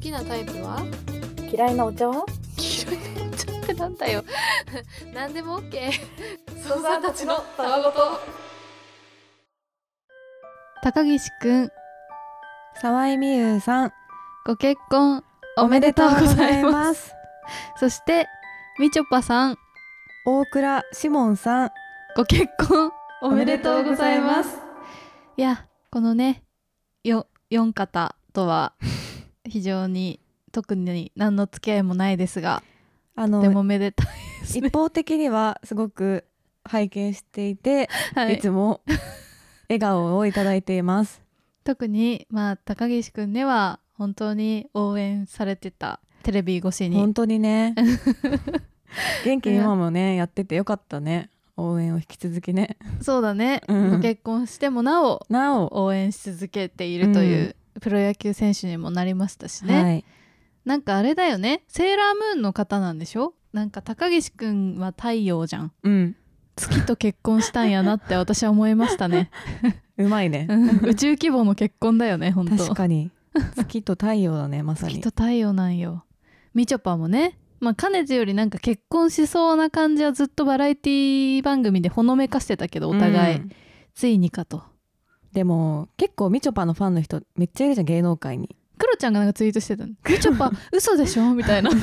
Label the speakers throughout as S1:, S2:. S1: きなタイプは
S2: 嫌いなお茶は
S1: 黄色いのちょっとなんだ よ何でも OK
S2: 父さんたちのたわごと
S1: 高岸くん
S3: 沢井美優さん
S1: ご結婚お
S3: お
S1: めでとうございます
S3: す
S1: そしてみちょぱさん
S3: 大倉志門さん
S1: ご結婚おめでとうございますいやこのねよ4方と は非常に特に何の付き合いもないですが
S3: あの
S1: でもめでたいですね
S3: 一、方的にはすごく拝見していて、、
S1: はいい、
S3: つも笑顔をいただいてい ます
S1: 特にまあ高岸くんでは本当に応援されてたテレビ越しに
S3: 本当 にね元気に今もねやっててよかったね応援を引き続きね
S1: そうだね、
S3: うん
S1: ご結婚してもなお
S3: なお、
S1: 応援し続けているという、プロ野球選手にもなりましたしね、
S3: はい
S1: なんかあれだよねセーラームーンの方なんでしょなんか高岸くんは太陽じゃん
S3: うん
S1: 月と結婚したんやなって私は思いましたね
S3: うまいね
S1: うん宇宙規模の結婚だよね本当
S3: 確かに月と太陽だねまさ
S1: 月
S3: に
S1: と太陽なんよみちょぱもねまあかねてよりなんか結婚しそうな感じはずっとバラエティ番組でほのめかしてたけどお互い、
S3: うん
S1: ついにかと
S3: でも結構みちょぱのファンの人めっちゃいるじゃん芸能界に
S1: クロちゃんがなんかツイートしてたのみちょ ぱ嘘でしょみたいな分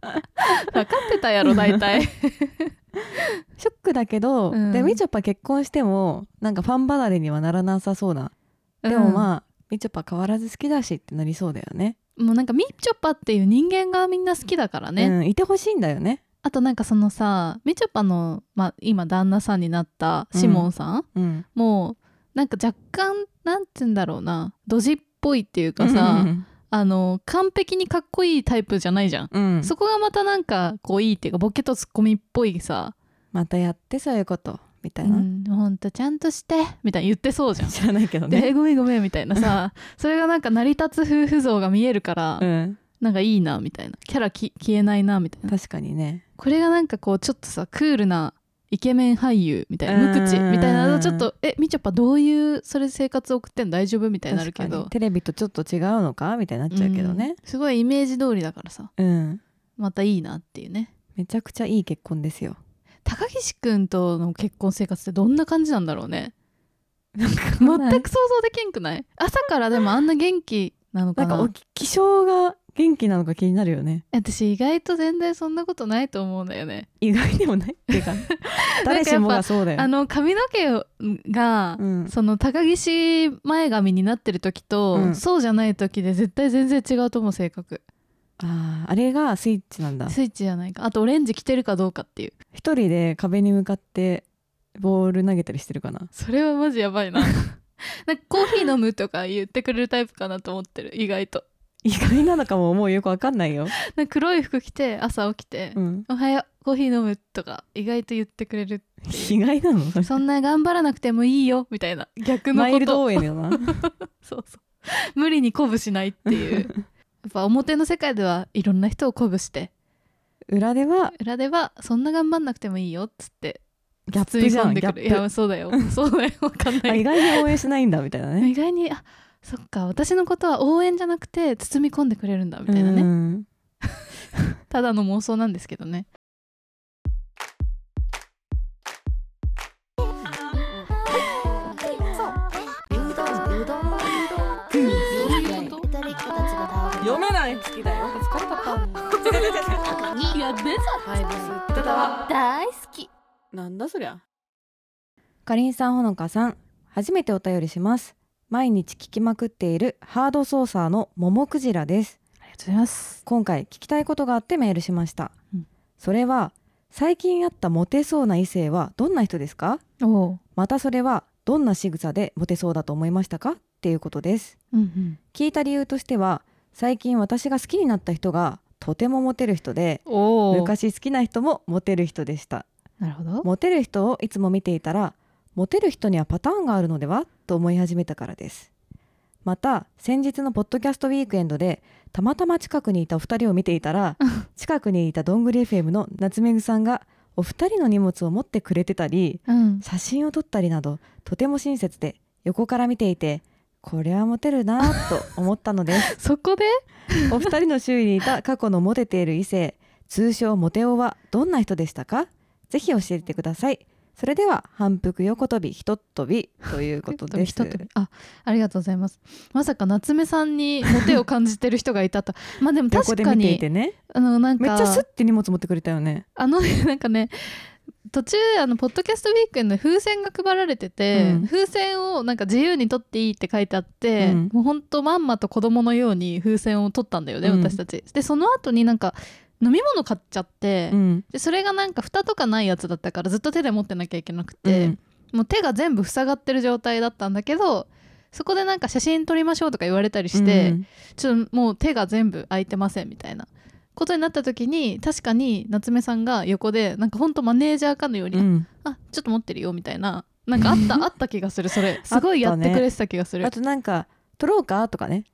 S1: かってたやろ大体
S3: ショックだけど、
S1: うん
S3: でみちょぱ結婚してもなんかファン離れにはならなさそうな でも
S1: あ
S3: まあ、みちょぱ変わらず好きだしってなりそうだよね
S1: もうなんかみちょぱっていう人間がみんな好きだからね、
S3: うん、いてほしいんだよね
S1: あとなんかそのさみちょぱの、まあ、今旦那さんになったシモンさん、
S3: うん
S1: もうなんか若干なんて言うんだろうなドジっぽいっていうかさ、
S3: うん
S1: あの完璧にかっこいいタイプじゃないじゃん、
S3: うん
S1: そこがまたなんかこういいっていうかボケとツッコミっぽいさ
S3: またやってそういうことみ
S1: 「
S3: た
S1: う
S3: いな、
S1: んほんとちゃんとして」みたいな言っ てそうじゃん。
S3: 知らないけど
S1: で
S3: ね、
S1: ごめんごめんみたいな さそれがなんか成り立つ夫婦像が見えるから、
S3: うん、
S1: なんかいいなみたいなキャラき消えないなみたいな
S3: 確かにね
S1: これがなんかこうちょっとさクールなイケメン俳優みたいな
S3: うん
S1: 無口みたいなのちょっとえみちょぱどういうそれで生活送ってんの大丈夫みたいになるけ
S3: 確か
S1: ど
S3: にテレビとちょっと違うのかみたいになっちゃうけどね
S1: うんすごいイメージ通りだからさ
S3: うん、
S1: またいいなっていうね
S3: めちゃくちゃいい結婚ですよ
S1: 高岸くんとの結婚生活ってどんな感じなんだろうね
S3: 全
S1: 全く想像できんくない朝からでもあんな元気なの
S3: な
S1: か
S3: ん
S1: な
S3: かお気性が元気なのか気になるよね
S1: 私意外と全然そんなことないと思うんだよね
S3: 意外でもないって いうか誰しもがそうだよ
S1: あの髪の毛が、
S3: うん
S1: その高岸前髪になってる時と、
S3: うん
S1: そうじゃない時で絶対全然違うと思う性格
S3: あーあれがスイッチなんだ
S1: スイッチじゃないかあとオレンジ着てるかどうかっていう
S3: 一人で壁に向かってボール投げたりしてるかな
S1: それはマジやばいな なんかコーヒー飲むとか言ってくれるタイプかなと思ってる意外と
S3: 意外なのかももうよくわかんないよ、
S1: なんか黒い服着て朝起きて
S3: う、ん、
S1: おはようコーヒー飲むとか意外と言ってくれる
S3: 意外なのそれ
S1: そんな頑張らなくてもいいよみたいな逆の
S3: マイ
S1: こ
S3: ルド
S1: と
S3: 応援 だな
S1: そうそう無理に鼓舞しないって いうやっぱ表の世界ではいろんな人を鼓舞して
S3: 裏では
S1: 裏ではそんな頑張んなくてもいいよっつって
S3: ギャッ
S1: 包み
S3: プじゃ
S1: 込ん
S3: ん
S1: で
S3: ギャ
S1: く
S3: ッ
S1: る
S3: プ
S1: いやそうだよそう だよわかんな
S3: あ意
S1: い
S3: 外に応援しないんだみたいなね
S1: 意外にあそっか私のことは応援じゃなくて包み込んでくれるんだみ
S3: う
S1: たいなね
S3: ん
S1: ただの妄想なんですけどね
S4: うどんうどんうどんトリックたちが倒れ
S3: 読めない好きだよ疲れた
S4: たにやべぞハイボスってた大好き
S5: なんだそりゃ
S3: かりんさんほのかさん初めてお便りします毎日聞きまくっているハードソーサーのももクジラです
S1: ありがとうございます
S3: 今回聞きたいことがあってメールしました、
S1: うん
S3: それは最近あったモテそうな異性はどんな人ですか
S1: おお
S3: またそれはどんな仕草でモテそうだと思いましたかっていうことです
S1: うんうん
S3: 聞いた理由としては最近私が好きになった人がとてもモテる人で
S1: おお
S3: 昔好きな人もモテる人でした
S1: なるほど
S3: モテる人をいつも見ていたらモテる人にはパターンがあるのではと思い始めたからですまた先日のポッドキャストウィークエンドでたまたま近くにいたお二人を見ていたら近くにいたどんぐり FM の夏目ぐさんがお二人の荷物を持ってくれてたり
S1: うん
S3: 写真を撮ったりなどとても親切で横から見ていてこれはモテるなぁと思ったのです
S1: そこで
S3: お二人の周囲にいた過去のモテている異性通称モテ男はどんな人でしたかぜひ教えてくださいそれでは反復横跳びひとっ跳びということです
S1: 一飛びあありがとうございますまさか夏目さんにモテを感じてる人がいたと まあでも
S3: 横
S1: 確
S3: で
S1: か
S3: 見てい
S1: に
S3: てね
S1: あのなん
S3: めっ
S1: か
S3: ちゃスッて荷物持ってくれたよね、
S1: あの ねなんかね途中あのポッドキャストウィークエンドで風船が配られてて、
S3: うん
S1: 風船をなんか自由に取っていいって書いてあって、
S3: うん
S1: もうほんとまんまと子供のように風船を取ったんだよね、
S3: うん
S1: 私たちでその後になんか飲み物買っちゃって、
S3: うん
S1: でそれがなんか蓋とかないやつだったからずっと手で持ってなきゃいけなく
S3: う
S1: て、
S3: ん
S1: もう手が全部塞がってる状態だったんだけどそこでなんか写真撮りましょうとか言われたりして、
S3: うん
S1: ちょっともう手が全部空いてませんみたいなことになった時に確かに夏目さんが横でなんかほんとマネージャーかのように、
S3: うん
S1: あちょっと持ってるよみたいななんかあった あった気がするそれすごいやってくれてた気がする
S3: あとなんか撮ろうかとかね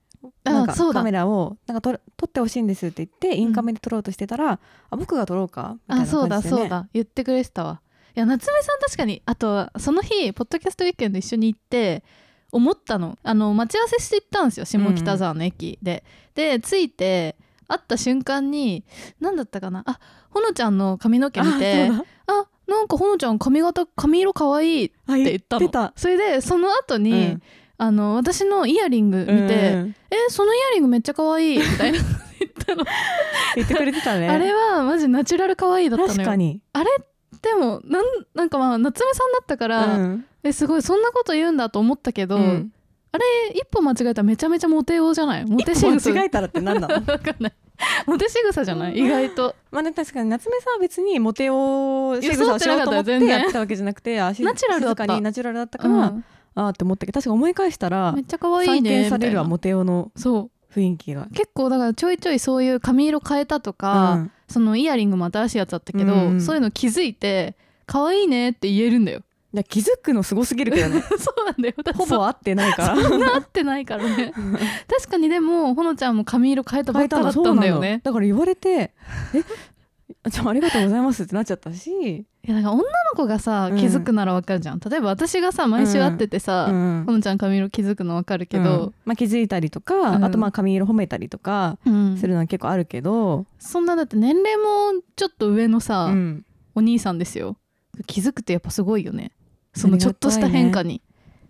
S1: あ
S3: なん
S1: そ
S3: か
S1: うだ
S3: カメラをなんか撮る撮ってほしいんですって言ってインカメで撮ろうとしてたら、あ僕が撮ろうかみたい
S1: あ
S3: な感じで、ね、
S1: そうだそうだ言ってくれてたわいや夏目さん確かにあとその日ポッドキャストウィークエンド一緒に行って思ったのあの待ち合わせして行ったんですよ下北沢の駅で、で着いて会った瞬間に何だったかなあほのちゃんの髪の毛見て
S3: あそうだ
S1: あなんかほのちゃん髪型髪色可愛いって
S3: あ
S1: 言ったの
S3: た
S1: それでその後に、
S3: うん
S1: あの私のイヤリング見て「
S3: う
S1: え
S3: ん
S1: そのイヤリングめっちゃ可愛いみたいな言ったの、
S3: 言ってくれてたね
S1: あれはマジナチュラル可愛いだったのよ
S3: 確かに、
S1: あれでもなんなんかまあ夏目さんだったから、
S3: うん
S1: えすごいそんなこと言うんだと思ったけど、
S3: うん
S1: え一歩間違えたらめちゃめちゃモテ用じゃないモテ仕草
S3: 間違えたらって何なの
S1: わかんないモテ仕草じゃない意外と
S3: まあね確かに夏目さんは別にモテを仕草をしようと思って
S1: 装ってなかったよ全然
S3: やってたわけじゃなくてあし
S1: ナチュラルだっ
S3: 静
S1: た
S3: かにナチュラルだったか
S1: う
S3: ら、
S1: ん
S3: あーって思ったけど確か思い返したら
S1: めっちゃ可愛い
S3: 再
S1: ね
S3: 建される
S1: み
S3: は
S1: たい
S3: モテ用の
S1: なそ
S3: 雰囲気が
S1: う結構だからちょいちょいそういう髪色変えたとか、
S3: うん
S1: そのイヤリングも新しいやつだったけど、
S3: うんうん
S1: そういうの気づいて可愛いねって言えるんだよ
S3: いや気づくのすごすぎるけどね
S1: そうなんだよだって
S3: ほぼ合ってないから
S1: そんな合ってないからね確かにでもほのちゃんも髪色変えたばっかだっ
S3: そう
S1: た
S3: なんの
S1: だよね
S3: だから言われて「えじゃあありがとうございます」ってなっちゃったし、
S1: いやだから女の子がさ
S3: うん
S1: 気づくならわかるじゃん、例えば私がさ毎週会ってて
S3: う
S1: さ、
S3: ん
S1: ほのちゃん髪色気づくのわかるけ
S3: う
S1: ど
S3: ん、まあ、気づいたりとか、
S1: うん
S3: あとまあ髪色褒めたりとか
S1: うん
S3: するのは結構あるけど、
S1: そんなだって年齢もちょっと上のさ、
S3: うん
S1: お兄さんですよ気づくってやっぱすごいよねそのちょっとした変化に、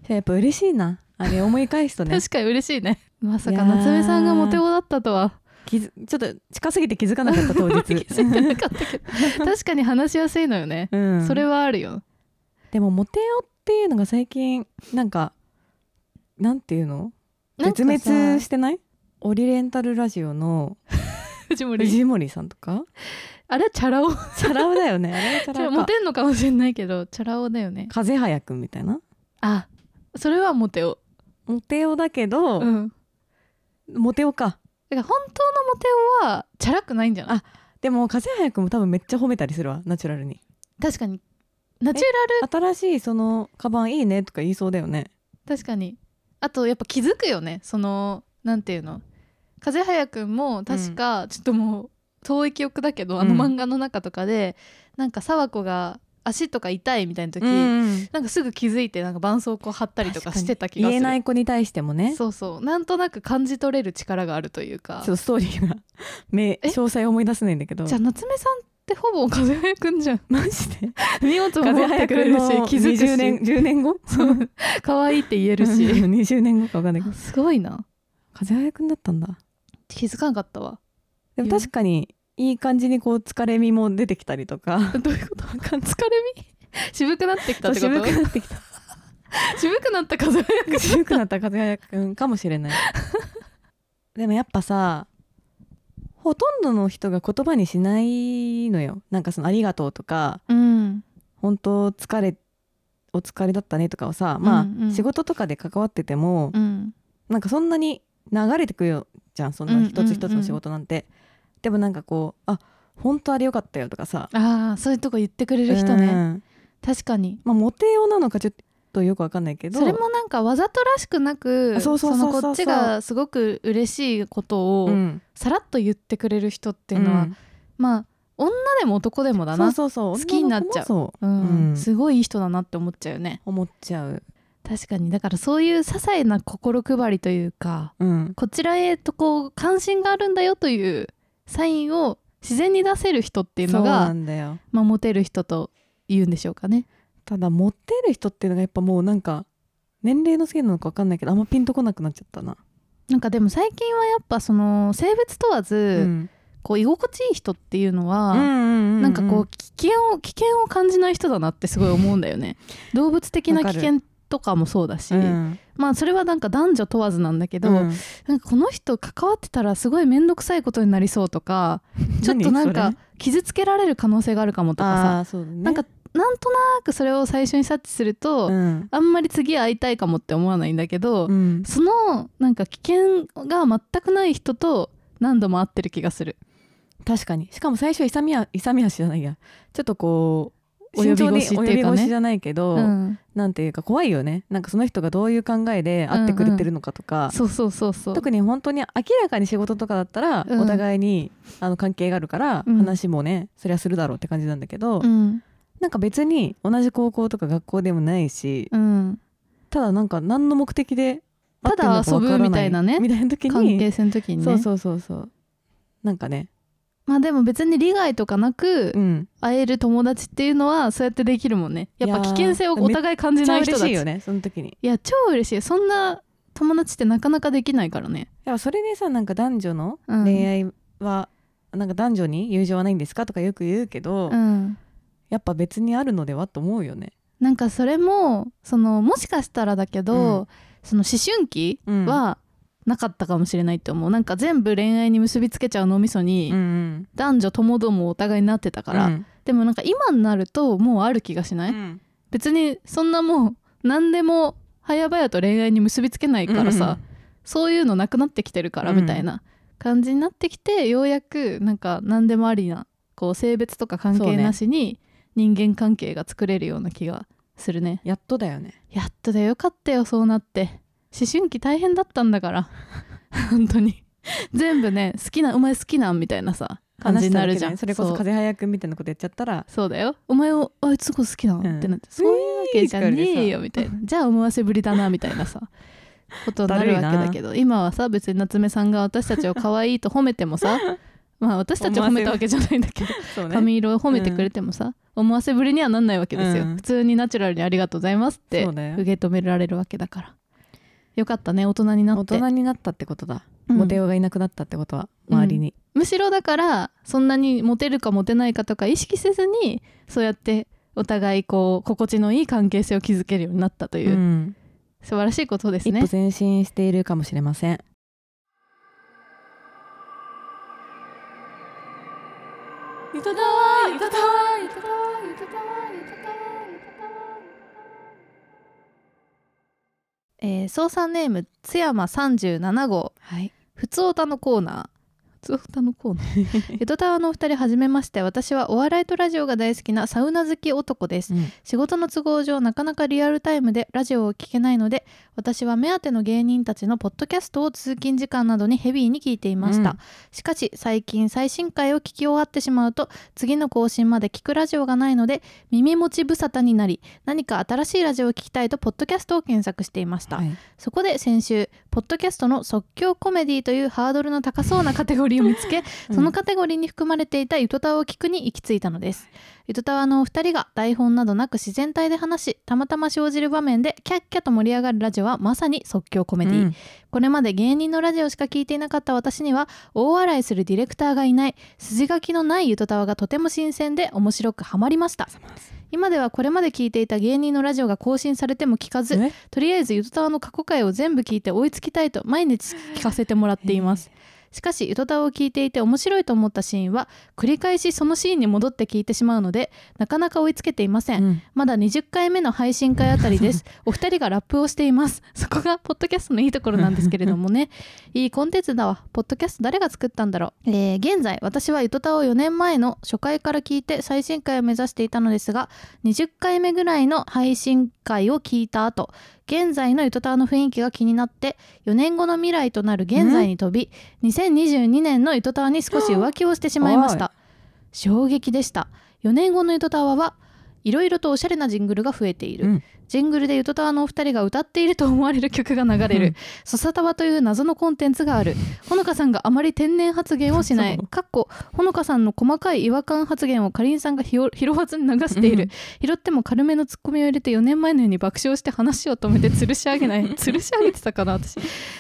S3: やっぱ嬉しいなあれ思い返すとね
S1: 確かに嬉しいねまさ
S3: いや
S1: か
S3: ー
S1: 夏目さんがモテ男だったとは
S3: 気づちょっと近すぎて気づかなかった当
S1: 気
S3: 日
S1: づいてなかったけど確かに話しやすいのよね、
S3: うん、
S1: それはあるよ
S3: でもモテ男っていうのが最近なんかなんていうの
S1: なんか
S3: 絶
S1: さ
S3: 滅してないオリエンタルラジオの
S1: 藤森
S3: 藤森さんとか
S1: あれチャラ男
S3: チャラ男だよねあれはチャラ男
S1: モ
S3: か
S1: テんのかもしれないけどチャラ男だよね
S3: 風早くんみたいな
S1: あそれはモテ男
S3: モテ男だけど、
S1: うん
S3: モテ男か
S1: だから本当のモテ男はチャラくないんじゃない
S3: あでも風早くんも多分めっちゃ褒めたりするわナチュラルに
S1: 確かにナチュラル
S3: 新しいそのカバンいいねとか言いそうだよね
S1: 確かにあとやっぱ気づくよねそのなんていうの風早くんも確かちょっともう遠い記憶だけど、あの
S3: うん
S1: 漫画の中とかでなんか沢子が足とか痛いみたいな時、
S3: ん
S1: なんかすぐ気づいてなんか絆創膏貼ったりとかしてた気がする
S3: 言えない子に対してもね
S1: そうそうなんとなく感じ取れる力があるというか
S3: ちょっとストーリーがめ
S1: え
S3: 詳細思い出せないんだけど
S1: じゃあ夏目さんってほぼ風早くんじゃん
S3: マジで
S1: 荷物も持
S3: 風
S1: って
S3: 早
S1: く
S3: く
S1: れ
S3: ん
S1: る
S3: の
S1: し気づく
S3: 20年
S1: し
S3: 10年後
S1: そう可愛いって言える し
S3: 20年後か分かんないけど
S1: すごいな
S3: 風早くんだったんだ
S1: 気づかなかったわ
S3: でも確かにいい感じにこう疲れ身も出てきたり とか
S1: どういうこと疲れみ渋くなってきたってこ
S3: 渋
S1: と
S3: くなって きた
S1: 渋くなった風早くん
S3: 渋くなった風早くんかもし れないでもやっぱさほとんどの人が言葉にしないのよなんかその「ありがとう」とか
S1: うん
S3: 「本当疲れお疲れだったね」とかをさまあ、
S1: うんうん
S3: 仕事とかで関わってても、
S1: うん
S3: なんかそんなに流れてくよじゃんそん
S1: うんう
S3: なん一つ一つの仕事なんて、でもなんかこう「あ本当あれよかったよ」とかさ
S1: ああそういうとこ言ってくれる人ね、
S3: うん
S1: 確かに
S3: まあモテ用なのかちょっとよくわかんないけど
S1: それもなんかわざとらしくなく
S3: あそうそうそうそう
S1: のこっちがすごく嬉しいことを
S3: うん、っ
S1: さらっと言ってくれる人っていうのは、まあ女でも男でもだな
S3: そうそうそう
S1: 好きになっちゃう
S3: 女の子もそう、
S1: うん
S3: うん
S1: すごいいい人だなって思っちゃうよね
S3: 思っちゃう
S1: 確かにだからそういう些細な心配りというか
S3: うん、
S1: こちらへとこう関心があるんだよというサインを自然に出せる人っていうの
S3: そうな
S1: が、
S3: んだよ
S1: まあ、モテる人と言うんでしょうかね。
S3: ただモテる人っていうのがやっぱもうなんか年齢のせいなのか分かんないけどあんまピンとこなくなっちゃったな、
S1: なんかでも最近はやっぱその性別問わ
S3: う
S1: ず、
S3: ん
S1: こう居心地いい人っていうの
S3: うんうん
S1: は、
S3: うんうん
S1: なんかこう危険を危険を感じない人だなってすごい思うんだよ ね。動物的な
S3: わか
S1: 危
S3: る
S1: 険とかもそうだし、
S3: うん
S1: まあそれはなんか男女問わずなんだけど、
S3: うん
S1: なんかこの人関わってたらすごい面倒くさいことになりそうとかちょっとなんか
S3: 何それ
S1: 傷つけられる可能性があるかもとかさ
S3: あーそうだね
S1: なんかなんとなくそれを最初に察知すると、
S3: うん
S1: あんまり次会いたいかもって思わないんだけど、
S3: うん
S1: そのなんか危険が全くない人と何度も会ってる気がする。
S3: 確かにしかも最初勇みや勇み足じゃないやちょっとこう
S1: 及び
S3: 慎重に
S1: 腰っていうかね
S3: 及び腰じゃないけど、
S1: うん、
S3: なんていうか怖いよねなんかその人がどういう考えで会ってくれてるのかとか、
S1: そうそうそうそう。
S3: 特に本当に明らかに仕事とかだったら、
S1: うん
S3: お互いにあの関係があるから、
S1: うん
S3: 話もねそりゃするだろうって感じなんだけど、
S1: うん
S3: なんか別に同じ高校とか学校でもないし、
S1: うん、
S3: ただなんか何の目的で会ってんのかわから
S1: ただ遊ぶみたいなね
S3: みたいな時に
S1: 関係性の時にね
S3: そうそうそうそうなんかね
S1: まあでも別に利害とかなく
S3: うん
S1: 会える友達っていうのはそうやってできるもんねやっぱ
S3: いや
S1: 危
S3: ー
S1: 険性をお互い感
S3: め
S1: じ
S3: っち
S1: な
S3: ゃ
S1: い人
S3: 嬉
S1: たち
S3: しいよねその時に
S1: いや超嬉しいそんな友達ってなかなかできないからね
S3: やっぱそれでさなんか男女の
S1: うん
S3: 恋愛は、なんか男女に友情はないんですかとかよく言うけど、
S1: うん
S3: やっぱ別にあるのではと思うよね。
S1: なんかそれもそのもしかしたらだけど、
S3: うん
S1: その思春期
S3: うん
S1: はなかったかもしれないって思うなんか全部恋愛に結びつけちゃう脳みそに、
S3: うんうん、
S1: 男女ともどもお互いになってたから、
S3: うん
S1: でもなんか今になるともうある気がしない、
S3: うん
S1: 別にそんなもう何でも早々と恋愛に結びつけないからさ、そういうのなくなってきてるから
S3: うん
S1: みたいな感じになってきて、ようやくなんか何でもありなこう性別とか関係なしに人間関係が作れるような気がするね
S3: やっとだよね。
S1: やっとだよよかったよそうなって思春期大変だったんだから本当に全部ね好きなお前好きなんみたいなさ感じになるじゃん、
S3: 話しただけでねそれこそ
S1: そう
S3: 風早くんみたいなことやっちゃったら
S1: そうだよお前をあいつのこと好きなの、
S3: うん
S1: ってなってそういうわけじゃねえよみたいなじゃあ思わせぶりだなみたいな さことになるわけだけど今はさ別に夏目さんが私たちを可愛いと褒めても さまあ私たちを褒めたわけじゃないんだけど、
S3: そう
S1: 髪色を褒めてくれてもさ、思わせぶりにはなんないわけですよ、
S3: うん
S1: 普通にナチュラルにありがとうございますって
S3: そうだよ
S1: 受け止められるわけだからよかったね大人にな
S3: 大
S1: って
S3: 人になったってことだ、
S1: うん
S3: モテ男がいなくなったってことは周りに、
S1: むしろだからそんなにモテるかモテないかとか意識せずにそうやってお互いこう心地のいい関係性を築けるようになったという、
S3: うん
S1: 素晴らしいことです
S3: 一
S1: ね
S3: 歩。前進しているかもしれません。
S2: ゆたたわゆたたわゆたたわゆたたわゆたたわゆたたわ
S1: えー、操作ネーム津山三十七号
S3: はい、
S1: ふつおたのコーナー。ふつおたのコーナ ー。江戸タワーのお二人はじめまして。私はお笑いとラジオが大好きなサウナ好き男です。
S3: うん
S1: 仕事の都合上なかなかリアルタイムでラジオを聞けないので、私は目当ての芸人たちのポッドキャストを通勤時間などにヘビーに聞いていました。
S3: うん
S1: しかし最近最新回を聞き終わってしまうと、次の更新まで聞くラジオがないので、耳持ち無沙汰になり、何か新しいラジオを聞きたいとポッドキャストを検索していました。
S3: はい
S1: そこで先週ポッドキャストの即興コメディというハードルの高そうなカテゴリーを見つけ、
S3: うん
S1: そのカテゴリーに含まれていた「ゆとたわを聞く」に行き着いたのです。ゆとたわのお二人が台本などなく自然体で話したまたま生じる場面でキャッキャと盛り上がるラジオはまさに即興コメディ、
S3: うん
S1: これまで芸人のラジオしか聞いていなかった私には大笑いするディレクターがいない筋書きのないゆとたわがとても新鮮で面白くハマりました今ではこれまで聞いていた芸人のラジオが更新されても聞かず
S3: ね
S1: とりあえずゆとたわの過去回を全部聞いて追いつきたいと毎日聞かせてもらっています。しかしゆとたわを聞いていて面白いと思ったシーンは繰り返しそのシーンに戻って聞いてしまうのでなかなか追いつけていません。
S3: うん
S1: まだ20回目の配信会あたり です。お二人がラップをしています。そこがポッドキャストのいいところなんですけれどもね。いいコンテンツだわ。ポッドキャスト誰が作ったんだろう。えー現在、私はゆとたを4年前の初回から聞いて最新回を目指していたのですが、20回目ぐらいの配信会を聞いた後、現在のゆとたわの雰囲気が気になって、4年後の未来となる現在に飛び、2022年のゆとたわに少し浮気をしてしまいました。衝撃でした。4年後のゆとたわは、いろいろとおしゃれなジングルが増えている、
S3: うん
S1: ジングルでゆとたわのお二人が歌っていると思われる曲が流れ
S3: うん
S1: る「そさたわ」という謎のコンテンツがあるほのかさんがあまり天然発言をしない
S3: そう
S1: かっこほのかさんの細かい違和感発言をかりんさんがひよ 拾わずに流している拾っても軽めのツッコミを入れて4年前のように爆笑して話を止めて吊るし上げ ない吊るし上げてたかな私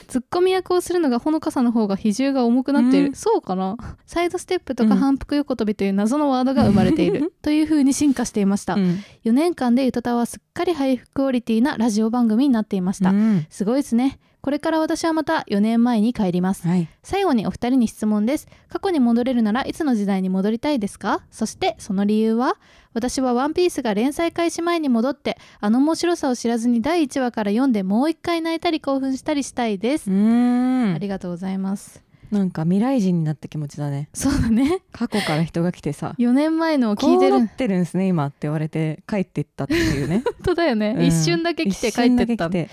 S1: ツッコミ役をするのがほのかさんの方が比重が重くなっている、
S3: うん
S1: そうかなサイドステップと
S3: う
S1: か
S3: ん
S1: 反復横跳びという謎のワードが生まれてい るという風に進化していました、
S3: うん
S1: 4年間でゆたたはすっかりハイクオリティなラジオ番組になっていました、
S3: うん
S1: すごいですねこれから私はまた4年前に帰ります
S3: はい
S1: 最後にお二人に質問です過去に戻れるならいつの時代に戻りたいですかそしてその理由は私はワンピースが連載開始前に戻ってあの面白さを知らずに第1話から読んでもう一回泣いたり興奮したりしたいです、
S3: うん
S1: ありがとうございます
S3: なんか未来人になった気持ちだね
S1: そうだね
S3: 過去から人が来てさ
S1: 4年前のを聞
S3: こ
S1: いて
S3: う
S1: る
S3: な
S1: 本
S3: ってるんですね今って言われて帰っていったってい うね、
S1: 当だよね、
S3: うん
S1: 一瞬だけ来て帰ってっ
S3: 一瞬だ
S1: た
S3: け来て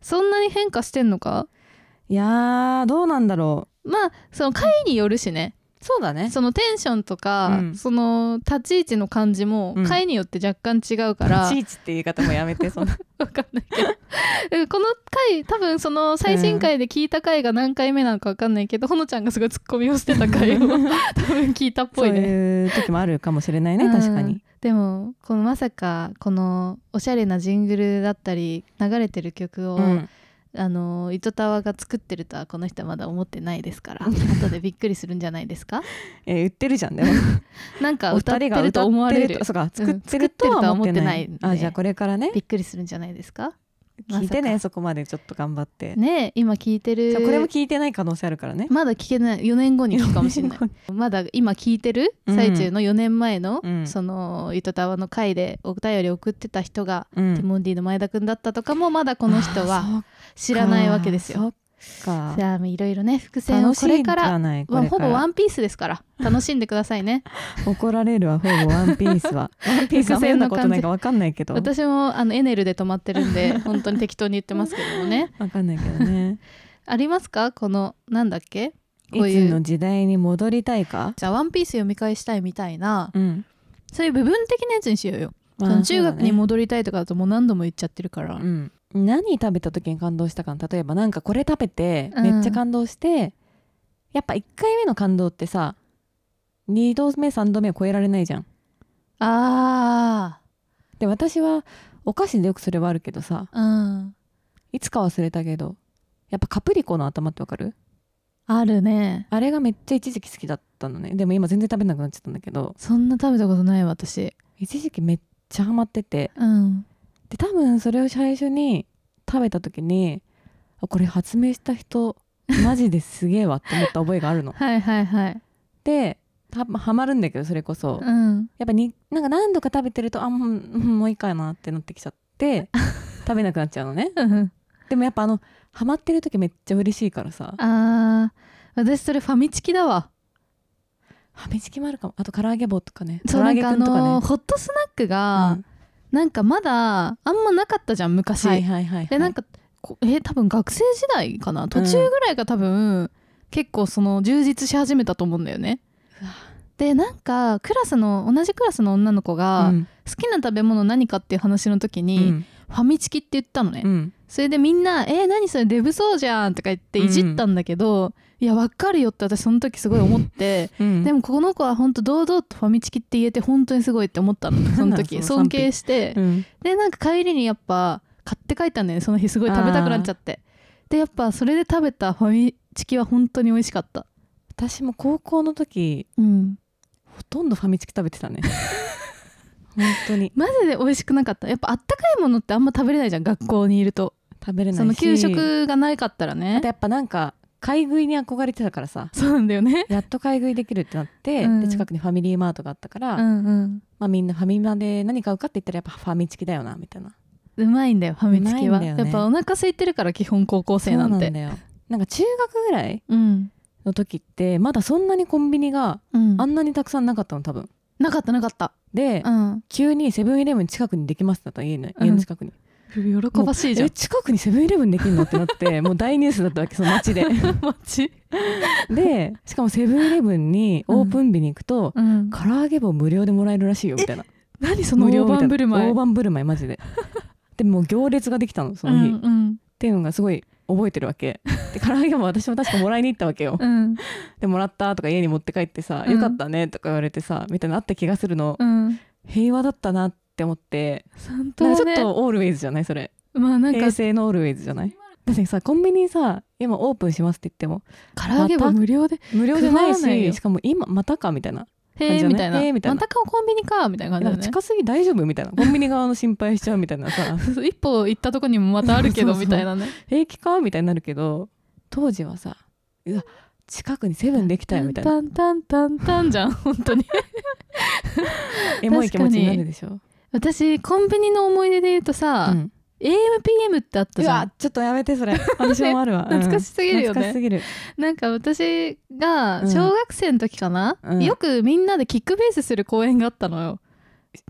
S1: そんなに変化してんのか
S3: いやーどうなんだろ
S1: まあその回によるしね
S3: うそうだね
S1: そのテンションとか、
S3: うん
S1: その立ち位置の感じも
S3: うん
S1: 回によって若干違うか、
S3: かららちいちっていう言い方もやめてそんな
S1: わかんないけどうんこの回多分その最新回で聞いた回が何回目なのかわかんないけど、ほのちゃんがすごいツッコミをしてた 回を多分聞いたっぽ
S3: そう
S1: いね。
S3: いう時もあるかもしれないね
S1: うん
S3: 確かに
S1: でもこのまさかこのおしゃれなジングルだったり流れてる曲を、
S3: うん
S1: あの糸タワーが作ってるとはこの人はまだ思ってないですから 後でびっくりするんじゃないですか
S3: え言ってるじゃんでも
S1: なんか
S3: お
S1: 歌っ
S3: 二
S1: て
S3: 人が
S1: る
S3: 歌
S1: と
S3: っ
S1: 思わ
S3: て
S1: れ
S3: る
S1: る
S3: とそうか
S1: うん
S3: 作ってるとは思ってない,、
S1: 作ってるとは思ってない
S3: あじゃあこれからね
S1: びっくりするんじゃないですかまさか
S3: 聞いてねそこまでちょっと頑張って、
S1: ねえ今聞いてる
S3: じゃあこれも聞いてない可能性あるからね
S1: まだ聞けない4年後に聞くかもしれないまだ今聞いてる最中の4年前の、
S3: うん
S1: その「ゆとたわ」の回でお便り送ってた人が、
S3: うん
S1: ティモンディの前田君だったとかもまだこの人
S3: あ
S1: は
S3: そうか
S1: 知らないわけですよ。
S3: そっか
S1: じゃあいろいろね伏線を
S3: 楽し
S1: こ
S3: い
S1: れ
S3: んじ
S1: から
S3: ゃないこ
S1: まあ
S3: れ
S1: ほ
S3: か
S1: ぼワ
S3: ら
S1: ンピースですから楽しんでください ね
S3: 怒られるわほぼワンピース はワンピースは読んだことないかわかんないけどわ
S1: 私もあのエネルで止まってるんで本当に適当に言ってますけどもね
S3: かんないけどね
S1: ありますかこのなんだっけこう
S3: い
S1: いう
S3: つの時代に戻りたいか
S1: じゃあ「ワンピース読み返したいみたいな
S3: うん
S1: そういう部分的なやつにしようよ
S3: まあ
S1: その中学に
S3: そう
S1: 戻りたいとかだともう何度も言っちゃってるから、
S3: だねうん何食べた時に感動したかな例えばなんかこれ食べて
S1: うん
S3: めっちゃ感動して、やっぱ1回目の感動ってさ2度目3度目は超えられないじゃん
S1: あ
S3: で私はお菓子でよくそれはあるけどさ
S1: あうん
S3: いつか忘れたけどやっぱカプリコの頭ってわかる
S1: あるね
S3: あれがめっちゃ一時期好きだったのねでも今全然食べなくなっちゃったんだけど
S1: そんな食べたことないわ私
S3: 一時期めっちゃハマってて
S1: うん
S3: で多分それを最初に食べた時にあこれ発明した人マジですげえわって思った覚えがあるの
S1: はいはいはい
S3: でたハマるんだけどそれこそ
S1: うん
S3: やっぱになんか何度か食べてるとあもう うんもういいかなってなってきちゃって 食べなくなっちゃうのねでもやっぱあのハマってる時めっちゃ嬉しいからさ
S1: あー私それファミチキだわ
S3: はめチきもあるかもあと唐揚げ棒とかね
S1: そ
S3: 唐
S1: うな
S3: 揚
S1: ん
S3: げ
S1: か
S3: く
S1: あ
S3: んと
S1: の
S3: か
S1: ーホットスナックが
S3: ね、
S1: なんかまだあんまなかったじゃん昔、
S3: うんはいはいはいはい
S1: でなんかこえー多分学生時代かな途中ぐらいが多分、結構その充実し始めたと思うんだよね
S3: うわ
S1: でなんかクラスの同じクラスの女の子が、
S3: うん
S1: 好きな食べ物何かっていう話の時に、
S3: うん
S1: ファミチキって言ったのね、
S3: うん
S1: それでみんな「えー何それデブそうじゃん」とか言っていじったんだけど、いやわかるよって私その時すごい思って、
S3: うん
S1: でもこの子は本当堂々とファミチキって言えて本当にすごいって思 ったのその時
S3: なんだそ
S1: 尊
S3: の賛否
S1: 敬して、
S3: うん
S1: でなんか帰りにやっぱ買って帰ったんだよねその日すごい食べたくなっちゃってでやっぱそれで食べたファミチキは本当に美味しかった
S3: 私も高校の時
S1: うん
S3: ほとんどファミチキ食べ てたね本当に
S1: マジで美味しくなかったやっぱあったかいものってあんま食べれないじゃん学校にいると
S3: 食べれないし
S1: その給食がないかったらね
S3: あとやっぱなんか買い食いに憧れてたからさ
S1: そうなんだよね。
S3: やっと買い食いできるってなって、
S1: うん
S3: で近くにファミリーマートがあったから、
S1: うんうん。
S3: まあ、みんなファミマで何買うかって言ったらやっぱファミチキだよなみたいな
S1: うまいんだよ、ファミチキは。
S3: うまいんだよね
S1: やっぱお腹空いてるから、基本高校生なん
S3: そう
S1: て。
S3: なんだよなんか中学ぐらい
S1: うん。
S3: の時ってまだそんなにコンビニが
S1: うん
S3: あんなにたくさんなかったの多分
S1: なかったなかった。
S3: で、
S1: うん。
S3: 急にセブンイレブン近くにできますってなったの家の家の近くに、
S1: 喜ばしいじゃ
S3: え
S1: ん。
S3: 近くにセブンイレブンできるのってなって もう大ニュースだったわけその街で
S1: 街。
S3: でしかもセブンイレブンにオープン日に行くと、
S1: うん。
S3: 唐揚げ棒無料でもらえるらしいよみたいな
S1: 何その
S3: 無料
S1: 大盤
S3: みたいな
S1: 振る舞い
S3: 大。盤振る舞いマジででもう行列ができたのその日、
S1: う
S3: っ
S1: ん
S3: ていうのがすごい覚えてる わけで唐揚げも私も確かもらいに行ったわけよ
S1: うんうん
S3: でもらったとか家に持って帰ってさ、
S1: うん
S3: よかったねとか言われてさみたいなのあった気がするの、
S1: うん
S3: 平和だったなって思って
S1: 本当
S3: なん
S1: は
S3: かちょっ
S1: ね
S3: とオールウェイズじゃないそれ
S1: まあなんか
S3: 平成のオールウェイズじゃないだってさコンビニさ今オープンしますって言っても
S1: 唐揚げは無料で
S3: 無料じゃないし
S1: 配らないよ
S3: しかも今またかみたいな
S1: へえみたい
S3: へー
S1: な
S3: みたいな
S1: またかコンビニかみたいな
S3: な
S1: 感
S3: ん
S1: じ
S3: か
S1: だよ
S3: 近すぎ大丈夫みたいなコンビニ側の心配しちゃうみたいなさ
S1: ね一歩行ったとこにもまたあるけど
S3: そうそうそう
S1: みたいなね
S3: 平気かみたいになるけど当時はさうわ近くにセブンできたよみたいな
S1: タンタンタンタンじゃん本当 に
S3: エモい気持ちになるでしょ、
S1: 私コンビニの思い出で言うと
S3: う
S1: さ
S3: ん
S1: AMPM ってあった
S3: う
S1: じゃ
S3: わ
S1: ん
S3: ちょっとやめてそれ 私もあるわ
S1: 懐かしすぎるよ
S3: 懐かしす
S1: ね
S3: ぎる
S1: なんか私が
S3: うん
S1: 小学生の時かな
S3: うん
S1: よくみんなでキックベースする公演があったの よ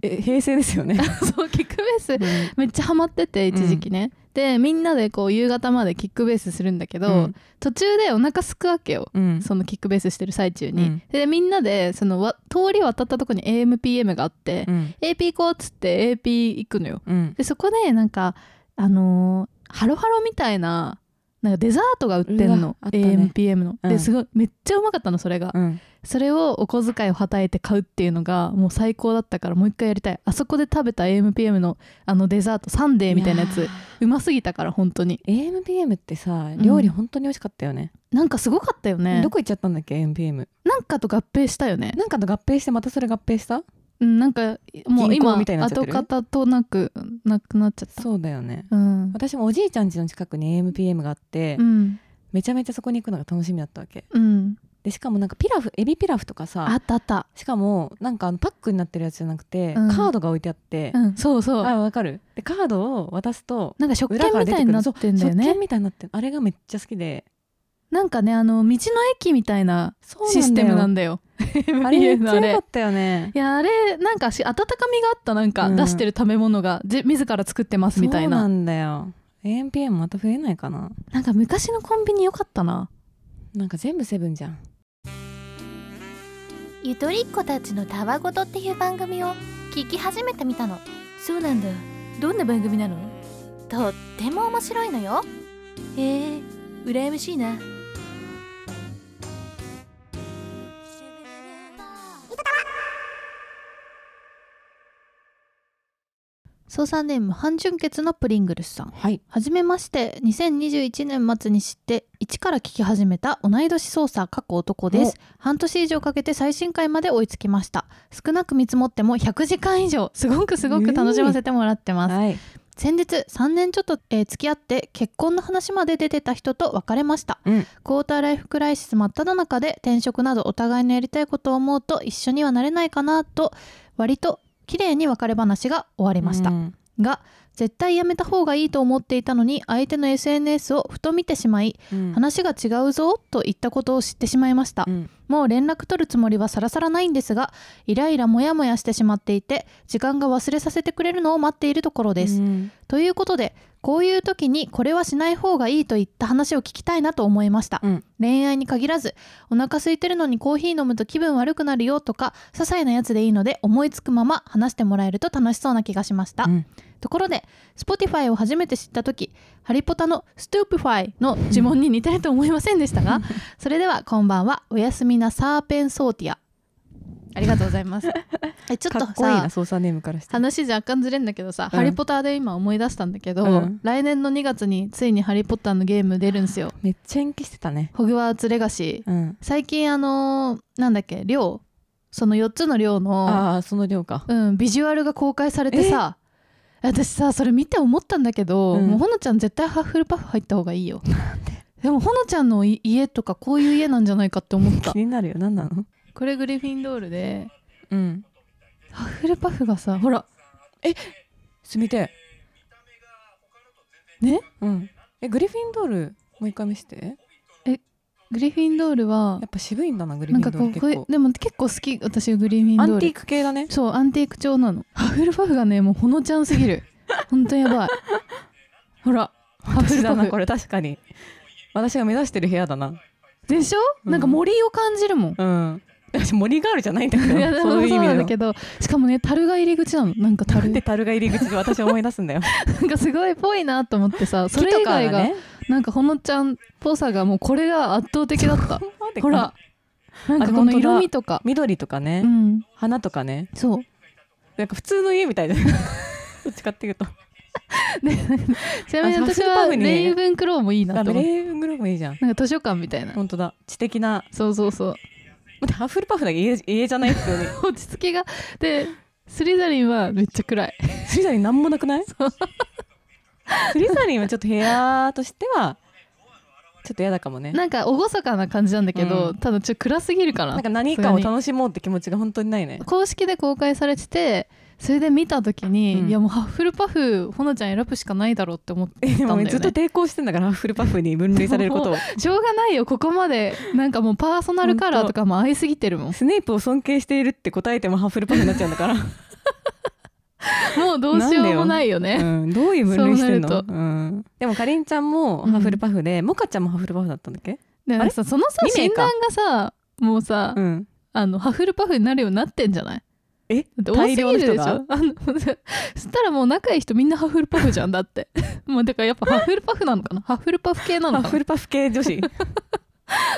S3: え平成ですよね、
S1: そうキックベースめっちゃハマってて一時期ねでみんなでこう夕方までキックベースするんだけど途中でお腹すくわけよ
S3: うん
S1: そのキックベースしてる最中
S3: う
S1: に
S3: ん
S1: でみんなでそのわ通り渡ったとこに AMPM があって
S3: うん
S1: AP 行こうっつって AP 行くのよ
S3: うん
S1: でそこでなんかあのーハロハロみたいななんかデザートが売ってん
S3: うわ
S1: の、
S3: あったね
S1: AMPM の、
S3: うん
S1: ですごいめっちゃうまかったのそれが、
S3: うん
S1: それをお小遣いをはたいて買うっていうのがもう最高だったからもう一回やりたいあそこで食べた AMPM のあのデザートサンデーみたいなや
S3: い
S1: つ
S3: や
S1: うますぎたから本当に
S3: ー AMPM ってさ
S1: ん
S3: 料理本当に美味しかったよね、
S1: なんかすごかったよね
S3: どこ行っちゃったんだっけ AMPM
S1: なんかと合併したよね
S3: なんかと合併してまたそれ合併した
S1: うんなんかもう
S3: 銀行
S1: 今
S3: みたいになっちゃって
S1: 跡
S3: る
S1: 形となくなくなっちゃった
S3: そうだよね
S1: うん、
S3: 私もおじいちゃん家の近くに AMPM があって、
S1: うん
S3: めちゃめちゃそこに行くのが楽しみだったわけ
S1: うん、
S3: でしかもなんかピラフエビピラフとか
S1: あ
S3: さ
S1: ったあった、
S3: しかもなんかあのパックになってるやつじゃなくて、
S1: うん
S3: カードが置いてあって
S1: う、ん、そうそう
S3: あわかるでカードを渡すと
S1: なんか食券みたいになってんだよ
S3: 食券
S1: ね。
S3: みたいになってるあれがめっちゃ好きで
S1: なんかね、あの、道の駅みたいな
S3: そう
S1: システムなん
S3: だ
S1: だよ。
S3: よあれめ
S1: MBA
S3: っち
S1: の
S3: ゃ
S1: あ
S3: 良か
S1: れ
S3: っ。たよね
S1: いや、あれ、なんかし、温かみがあった、なんか、
S3: うん
S1: 出してる食べ物が、じ自ら作ってますみたいな。
S3: そ
S1: な
S3: うなんだよ AMPM また増えないかなん
S1: か、昔のコンビニよかったな。
S3: なんか全部セブンじゃん
S4: ゆとりっ子たちのたわごとっていう番組を聞き始めてみたのそうなんだどんな番組なのとっても面白いのよへえ羨ましいな
S1: 操作ネーム、半純血のプリングルスさん。
S3: はい
S1: はじめまして2021年末に知って一から聞き始めた同い年操作過去男です半年以上かけて最新回まで追いつきました少なく見積もっても100時間以上すごくすごく楽しませてもらってます、
S3: はい
S1: 先日3年ちょっと、えー付き合って結婚の話まで出てた人と別れました、
S3: うん
S1: クォーターライフクライシス真っ只中で転職などお互いのやりたいことを思うと一緒にはなれないかなと割と綺麗に別れ話が終わりました、
S3: うん
S1: が絶対やめた方がいいと思っていたのに相手の SNS をふと見てしまい
S3: うん
S1: 話が違うぞと言ったことを知ってしまいました、
S3: うん
S1: もう連絡取るつもりはさらさらないんですがイライラモヤモヤしてしまっていて時間が忘れさせてくれるのを待っているところです、
S3: うん
S1: ということでこういう時にこれはしない方がいいといった話を聞きたいなと思いました、
S3: うん
S1: 恋愛に限らずお腹空いてるのにコーヒー飲むと気分悪くなるよとか些細なやつでいいので思いつくまま話してもらえると楽しそうな気がしました、
S3: うん
S1: ところで Spotify を初めて知った時ハリポタの「ストゥープファイ」の呪文に似てると思いませんでした がそれではこんばんはおやすみなサーペンソーティアありがとうございます えちょっと
S3: か
S1: さ
S3: っこいいな操作ネームからして
S1: 話若干ずれんだけどさ「
S3: うん
S1: ハリポタ」で今思い出したんだけど、
S3: うん
S1: 来年の2月についに「ハリポタ」のゲーム出るんですよ
S3: めっちゃ延期してたね
S1: 「ホグワーツ・レガシー
S3: うん」
S1: 最近あのーなんだっけ寮その4つの寮の、
S3: ああその量か
S1: うん、ビジュアルが公開されてさ私さそれ見て思ったんだけど、
S3: うん
S1: もうほのちゃん絶対ハッフルパフ入った方がいいよでもほのちゃんのい家とかこういう家なんじゃないかって思 った
S3: 気になるよ何なの
S1: これグリフィンドールで
S3: うん
S1: ハッフルパフがさほら
S3: 住みて
S1: ね
S3: うんえグリフィンドールもう一回見して
S1: グリフィンドールは
S3: やっぱ渋いんだなグリ
S1: な
S3: フ
S1: ん
S3: ィ
S1: か
S3: ンドー
S1: こ
S3: ル
S1: うこ
S3: 結
S1: ういう
S3: 構
S1: でも結構好き私グリーンフィンド
S3: ア
S1: ール
S3: ンティーク系だね
S1: そうアンティーク調なのハフルパフがねもうほのちゃんすぎ るほんとやばいほらハフ
S3: 私
S1: ル
S3: だ
S1: パ
S3: な
S1: フ
S3: これ確かに私が目指してる部屋だな
S1: でしょ、
S3: うん
S1: なんか森を感じるもん
S3: うん私森ガールじゃないんだか
S1: いや
S3: ら
S1: でも
S3: そ
S1: そうう
S3: いう意
S1: なんだ
S3: 味で
S1: けどしかもね樽が入り口なのなんか
S3: はな
S1: 樽
S3: んで樽が入り口で私は思い出すんだよ
S1: なんかすごいぽいなと思ってさ そ
S3: 木
S1: れ
S3: と
S1: 以
S3: か
S1: 外が、
S3: ね
S1: なんかほのちゃんっぽさがもうこれが圧倒的だった
S3: なんでか
S1: ほらなんかこ
S3: あれ本
S1: の
S3: 当だ
S1: 色味とか
S3: 緑とかね、
S1: うん
S3: 花とかね
S1: そう
S3: なんか 普通の家みたいじゃないどっちかっていうと
S1: ちなみに
S3: あ
S1: 私
S3: ハッフルパ
S1: は
S3: フに
S1: レイブンクローもいいな
S3: あ
S1: と
S3: ブ
S1: 思って
S3: レイブングローブもいいじゃん
S1: なんか図書館みたいな
S3: 本当だ知的な
S1: そうそうそう
S3: 待ってハッフルパフだけ家家じゃない普通に
S1: 落ち着きがでスリザリンはめっちゃ暗い
S3: スリザリンなんもなくないスリザリンはちょっと部屋としてはちょっと嫌だかもね
S1: なんか厳かな感じなんだけど、
S3: うん
S1: ただちょっと暗すぎるから
S3: なんか何かを
S1: 普通に
S3: 楽しもうって気持ちが本当にないね
S1: 公式で公開されててそれで見た時に、
S3: うん
S1: いやもうハッフルパフほのちゃん選ぶしかないだろうって思 ったんだ
S3: で
S1: よ
S3: も
S1: ね
S3: ずっと抵抗してんだからハッフルパフに分類されること を
S1: しょうがないよここまでなんかもうパーソナルカラーとかも合いすぎてるもん
S3: スネープを尊敬しているって答えてもハッフルパフになっちゃうん だから、
S1: もうどうしようもないよね
S3: うん、どういう分類してん
S1: そ
S3: の
S1: うなる
S3: うん、でもかりんちゃんもハッフルパフで、モカちゃんもハッフルパフだったんだっけ、
S1: でなんかさそのさ
S3: 二名
S1: 診
S3: か
S1: 断がさもうさ、
S3: うん、
S1: あのハッフルパフになるようになってんじゃない
S3: え
S1: だって多すぎるでしょ
S3: が
S1: あの そしたらもう仲いい人みんなハッフルパフじゃんだって もうだからやっぱハッフルパフなのかなハッフルパフ系な
S3: ハ
S1: の
S3: ッ
S1: か
S3: フ
S1: な
S3: ルパフ系 女子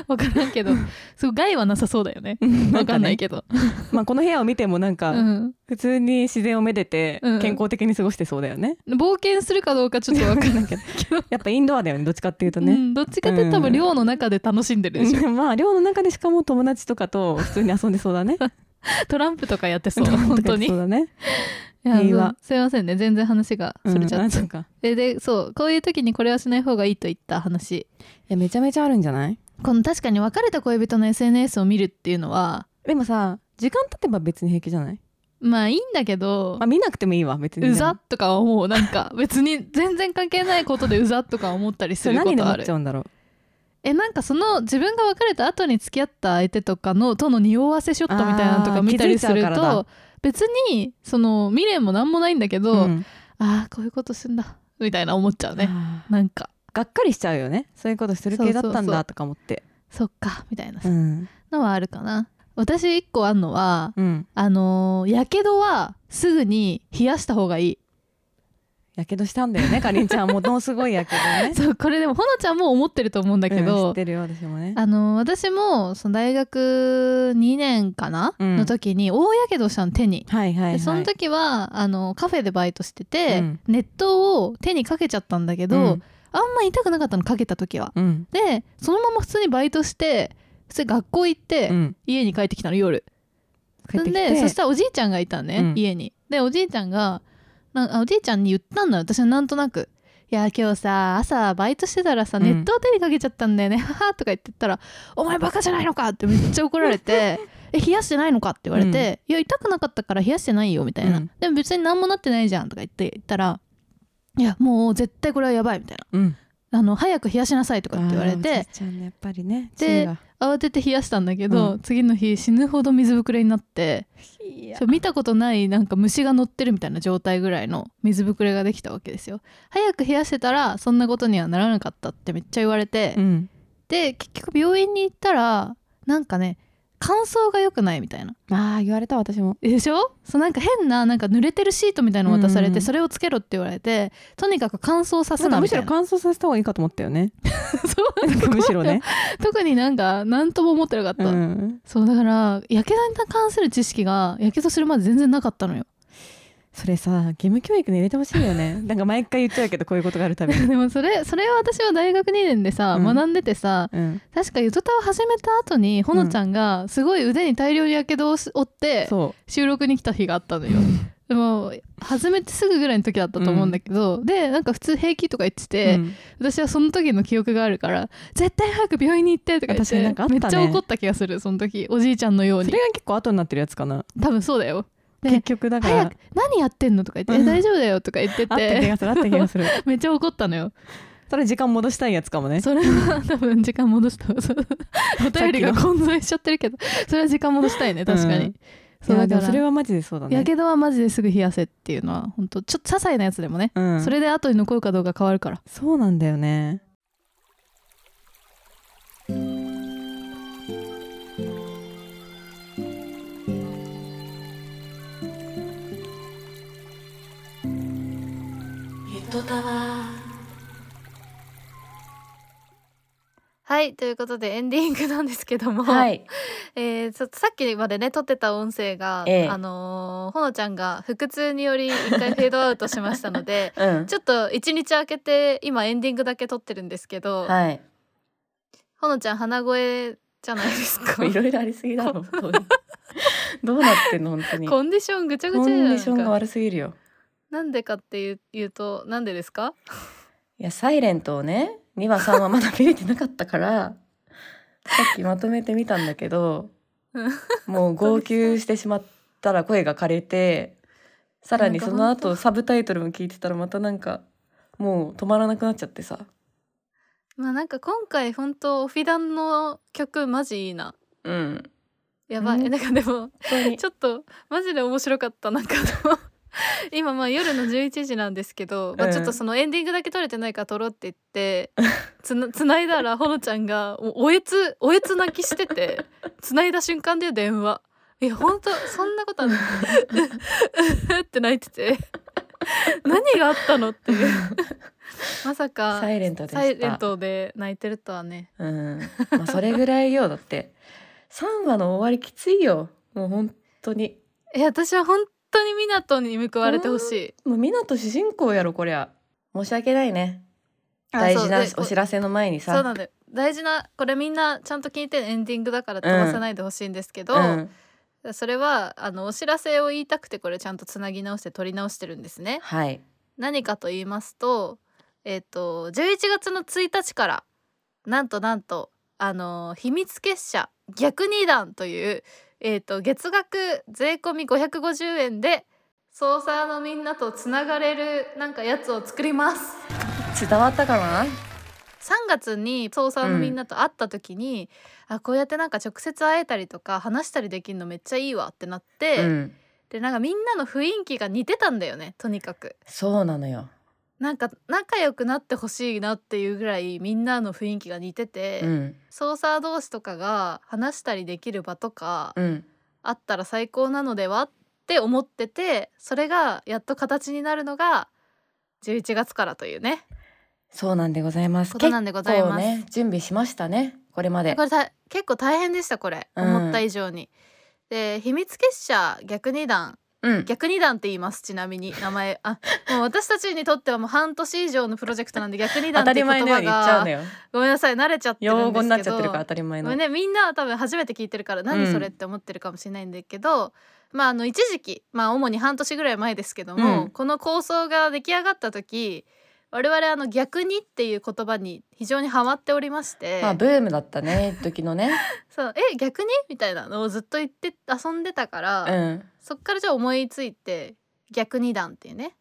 S1: 分からんけ どそう害はなさそうだよね
S3: な
S1: 分
S3: ん
S1: かんない
S3: ね
S1: けど、
S3: まあ、この部屋を見てもなんか、
S1: うん、
S3: 普通に自然をめでて
S1: うん
S3: 健康的に過ごしてそうだよね、
S1: 冒険するかどうかちょっと分からんけど
S3: やっぱインドアだよねどっちかっていうと
S1: う
S3: ね、
S1: ん、どっちかっていうと多
S3: うん
S1: 分寮の中で楽しんでるでしょ、
S3: まあ寮の中でしかも友達とかと普通に遊んでそうだね
S1: トランプとかや ってそう本当にい
S3: そうだね
S1: や
S3: 平和
S1: そうすいませんね全然話がそれちゃ
S3: うんあ
S1: っ
S3: そ
S1: て、
S3: うか
S1: ででそうこういう時にこれはしない方がいいといった話
S3: いやめちゃめちゃあるんじゃない
S1: この確かに別れた恋人の SNS を見るっていうのは
S3: でもさ時間経てば別に平気じゃない、
S1: まあいいんだけど
S3: まあ、見なくてもいいわ別にね
S1: うざとかはもうなんか別に全然関係ないことでうざとか思ったりす
S3: それ
S1: るこ
S3: 何で
S1: と
S3: 思
S1: あ
S3: っ
S1: る
S3: ちゃうんだろう
S1: えなんかその自分が別れた後に付き合った相手とかのとの匂わせショットみたいなのと
S3: あ
S1: か
S3: ー
S1: 見たりす
S3: 気づい
S1: る
S3: ちゃうからだ
S1: と別にその未練も何もないんだけど、
S3: ん
S1: ああこういうことすんだみたいな思っちゃうね
S3: あー
S1: なんか
S3: がっかりしちゃうよねそういうことする系だったんだとか思って
S1: そっかみたいな
S3: う
S1: さ
S3: ん
S1: のはあるかな私一個あんのは
S3: うん
S1: あのーやけどはすぐに冷やした方がいい
S3: やけどしたんだ よねかりんちゃんはもうものすごいやけどね
S1: そうこれでもほのちゃんも思ってると思うんだけ
S3: うん知っ
S1: ど、
S3: てるよ私もね
S1: あの私もその大学2年かな、
S3: うん
S1: の時に大やけどしたの手に。
S3: はいはい、は
S1: で
S3: い、
S1: その時はあのカフェでバイトしてて、
S3: うん
S1: 熱湯を手にかけちゃったんだけど、
S3: うん
S1: あんま痛くなかったのかけた時は。
S3: うん
S1: でそのまま普通にバイトして普通に学校行って、
S3: うん
S1: 家に帰ってきたの夜。
S3: 帰ってき
S1: で
S3: て
S1: そしたらおじいちゃんがいたのね、
S3: うん
S1: 家にでおじいちゃんがなあおじいちゃんに言ったんだよ私はなんとなく「いや今日さ朝バイトしてたらさ
S3: うん
S1: 熱湯手にかけちゃったんだよね、 はは」とか言ってたら「お前バカじゃないのか!」ってめっちゃ怒られ て「え冷やしてないのか?」って言われて「いや痛くなかったから冷やしてないよ」みたいな、
S3: うん
S1: でも別に何もなってないじゃん」とか言って言ったら「いやもう絶対これはやばい」みたいな
S3: うん
S1: 「あの早く冷やしなさい」とかって言われ
S3: あーお
S1: て
S3: じいちゃんねやっぱりね
S1: で
S3: 知恵が
S1: 慌てて冷やしたんだけど、
S3: う
S1: 次の日死ぬほど水ぶくれになって。そう見たことないなんか虫が乗ってるみたいな状態ぐらいの水ぶくれができたわけですよ早く冷やしてたらそんなことにはならなかったってめっちゃ言われて、
S3: うん
S1: で結局病院に行ったらなんかね乾燥が良くないみたいな
S3: ああ言われた私も
S1: でしょそうなんか変ななんか濡れてるシートみたいなの渡され
S3: うんう
S1: て
S3: ん
S1: それをつけろって言われてとにかく乾燥さ
S3: な
S1: せ
S3: んか
S1: な
S3: む
S1: み
S3: した
S1: い
S3: ろ
S1: な
S3: 乾燥させた方がいいかと思ったよね
S1: そう
S3: なんかむしろね、
S1: 特になんか何とも思ってなかった、
S3: うん、
S1: そうだからやけどに関する知識がやけどするまで全然なかったのよ
S3: それさ義務教育に入れてほしいよねなんか毎回言っちゃうけどこういうことがあるたびに、
S1: でもそれそれは私は大学2年でさ、
S3: うん
S1: 学んでてさ
S3: うん、
S1: 確かゆとたを始めた後にほのちゃんがすごい腕に大量にやけどを負って
S3: そ
S1: 収録に来た日があったの よ。でも始めてすぐぐらいの時だったと思うんだけど、でなんか普通平気とか言って
S3: う、
S1: て、
S3: うん
S1: 私はその時の記憶があるから絶対早く病院に行ってとか言っ
S3: 確かに
S1: て
S3: なんかあった
S1: め
S3: ね
S1: っちゃ怒った気がするその時おじいちゃんのよう
S3: そ
S1: に
S3: れが結構後になってるやつかな
S1: 多分そうだよ。で
S3: 結局だから
S1: 早く何やってんのとか言って、
S3: う
S1: え
S3: ん
S1: 大丈夫だよとか言って
S3: あった気
S1: て
S3: がするあった 気がする
S1: めっちゃ怒ったのよ。
S3: それ時間戻したいやつかもね
S1: それは多分時間戻したお便りが混在しちゃってるけどそれは時間戻したいね確かに、
S3: うん
S1: そう
S3: いや
S1: だ
S3: で
S1: から
S3: もそれはマジでそうだね
S1: やけどはマジですぐ冷やせっていうのは本当ちょっと些細なやつでもね、
S3: うん、
S1: それで後に残るかどうか変わるから
S3: そうなんだよね
S2: 「
S4: 川
S1: はいということでエンディングなんですけども、
S3: はい。
S1: えーちょっとさっきまでね撮ってた音声が、
S3: ええ
S1: あのーほのちゃんが腹痛により一回フェードアウトしましたので
S3: うん。
S1: ちょっと一日空けて今エンディングだけ撮ってるんですけど、
S3: はい。
S1: ほのちゃん鼻声じゃないです か
S3: いろいろありすぎだろ。本当に どうなってんの本当に。コ
S1: コンディションぐちゃぐちゃじゃ
S3: ン
S1: ない
S3: ディ
S1: で
S3: シ
S1: す
S3: ョンが
S1: か
S3: 悪すぎるよ。
S1: なんでかっていう言うとなんでですか
S3: いや、サイレントをね、2話3話まだ見れてなかったから、 さっきまとめてみたんだけど
S1: うん、
S3: もう号泣してしまったら声が枯れて、さらにその
S1: なんか本
S3: 後サブタイトルも聞いてたらまたなんか、もう止まらなくなっちゃってさ。
S1: まあなんか今回本当オフィダンの曲マジいいな
S3: うん。
S1: やばい、
S3: うん
S1: なんかでも
S3: 本当 に
S1: ちょっとマジで面白かったなんか あの今まあ夜の11時なんですけど、まあ、
S3: うん
S1: ちょっとそのエンディングだけ撮れてないから撮ろうって言ってつなつないだらほのちゃんがもうおえつおえつ泣きしててつないだ瞬間で電話いやほんとそんなことある って泣いてて何があったのっていうまさか
S3: サイレントでした。
S1: サイレントで泣いてるとはね
S3: うん、まあそれぐらいよだって3話の終わりきついよもう本当に
S1: いや私は本当に湊に報われてほしい。
S3: もう湊主人公やろこりゃ申し訳ないね
S1: あ
S3: 大事な
S1: そうで
S3: お知らせの前に
S1: そう
S3: さ
S1: なんだよ大事なこれみんなちゃんと聞いてエンディングだから飛ばさないでほしいんですけど、
S3: うん、
S1: それはあのお知らせを言いたくてこれちゃんとつなぎ直して取り直してるんですね。
S3: はい
S1: 何かと言いますと,、えっと11月の1日からなんとなんとあの秘密結社逆二段という、えっと月額税込み550円で捜査のみんなとつながれるなんかやつを作ります。
S3: 伝わったかな
S1: 3月に捜査のみんなと会った時に、あこうやってなんか直接会えたりとか話したりできるのめっちゃいいわってなって、
S3: うん
S1: でなんかみんなの雰囲気が似てたんだよねとにかく
S3: そうなのよ、
S1: なんか仲良くなってほしいなっていうぐらいみんなの雰囲気が似てて、
S3: うん
S1: 捜査同士とかが話したりできる場とか
S3: うん
S1: あったら最高なのではって思っててそれがやっと形になるのが11月からというね
S3: そうなんでございます
S1: ことなんでございます
S3: 結構ね準備しましたねこれまで
S1: これた結構大変でしたこれ
S3: うん
S1: 思った以上に。で秘密結社逆二段
S3: うん
S1: 逆二段って言いますちなみに名前あもう私たちにとってはもう半年以上のプロジェクトなんで逆二段
S3: 当
S1: ったて
S3: り
S1: 言葉
S3: 前のよう
S1: が
S3: に言っちゃうのよ
S1: ごめんなさい慣れちゃってるんですけど
S3: 用語になっちゃってるから当たり前
S1: ご
S3: の、
S1: めんねみんなは多分初めて聞いてるから何それ
S3: う
S1: っ
S3: ん
S1: て思ってるかもしれないんだけど、まああの一時期まあ主に半年ぐらい前ですけども、
S3: うん
S1: この構想が出来上がった時我々あの逆にっていう言葉に非常にハマっておりまして、
S3: まあブームだったね一時の ね
S1: そうえ逆にみたいなのをずっと言って遊んでたから、
S3: うん
S1: そっからじゃあ思いついて逆二段っていうね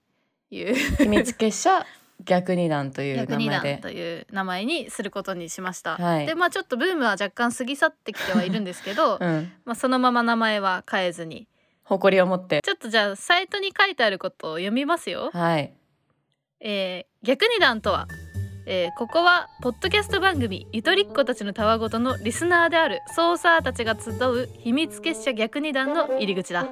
S1: いう
S3: 秘密結社逆二段という
S1: 逆
S3: 名
S1: 二
S3: 前
S1: 段
S3: で
S1: という名前にすることにしました。
S3: はい
S1: でまあちょっとブームは若干過ぎ去ってきてはいるんですけど、
S3: うん
S1: まあそのまま名前は変えずに
S3: 誇りを持って
S1: ちょっとじゃあサイトに書いてあることを読みますよ。
S3: はい
S1: えー逆二段とは、えーここはポッドキャスト番組「ゆとりっ子たちのたわごと」のリスナーであるソーサーたちが集う秘密結社逆二段の入り口だ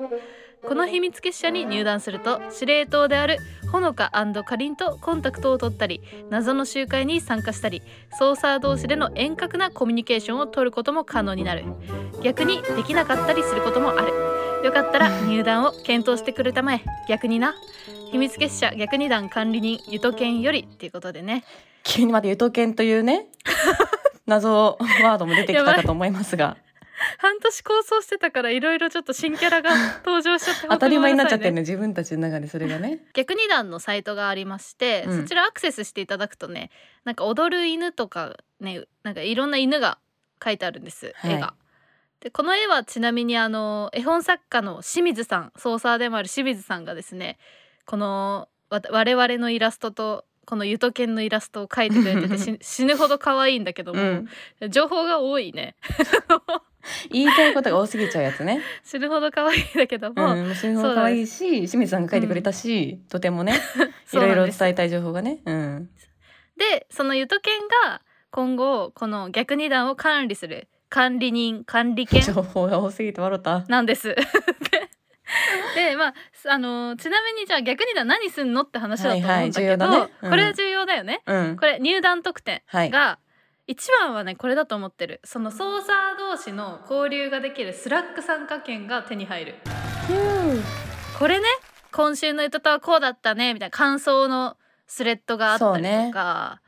S1: この秘密結社に入団すると司令塔であるほのかかりんとコンタクトを取ったり謎の集会に参加したりソーサー同士での遠隔なコミュニケーションを取ることも可能になる逆にできなかったりすることもあるよかったら入団を検討してくれたまえ逆にな秘密結社逆二段管理人ゆとけんよりっていうことでね
S3: 急にまた「ゆとけん」とい うね謎ワードも出てきたかと思いますが
S1: 半年構想してたからいろいろちょっと新キャラ が登場しちゃって
S3: 当たり前になっちゃってる
S1: 本当ごめんなさいね
S3: ね自分たちの中でそれ がね
S1: 逆二段のサイトがありまして、
S3: うん
S1: そちらアクセスしていただくとねなんか踊る犬とかねなんかいろんな犬が書いてあるんです、
S3: はい
S1: 絵が。でこの絵はちなみにあの絵本作家の清水さんソーサーでもある清水さんがですねこのわ我々のイラストとこのゆとけんのイラストを描いてくれててし 死ぬほど可愛いんだけど
S3: う
S1: も、
S3: ん
S1: 情報が多いね
S3: 言いたいことが多すぎちゃうやつね
S1: 死ぬほど可愛いんだけど
S3: う
S1: も、
S3: んそれも可愛いし清水さんが書いてくれたしとてもねい
S1: そう
S3: ろい
S1: な
S3: ろ
S1: んです
S3: 伝えたい情報がねうん
S1: でそのゆとけんが今後この逆二段を管理する管理人管理犬
S3: 情報が多すぎて笑った
S1: なんですででまあすあのーちなみにじゃあ逆にじゃあ何すんのって話だと思うんだけど、
S3: はいはい重要だねうん
S1: これは重要だよね。
S3: うん
S1: これ入団特典
S3: はい
S1: が一番はねこれだと思ってるその操作同士の交流ができるスラック参加券が手に入るこれね今週の「ゆとたはこうだったね」みたいな感想のスレッドがあったり
S3: そう
S1: と
S3: ね
S1: か、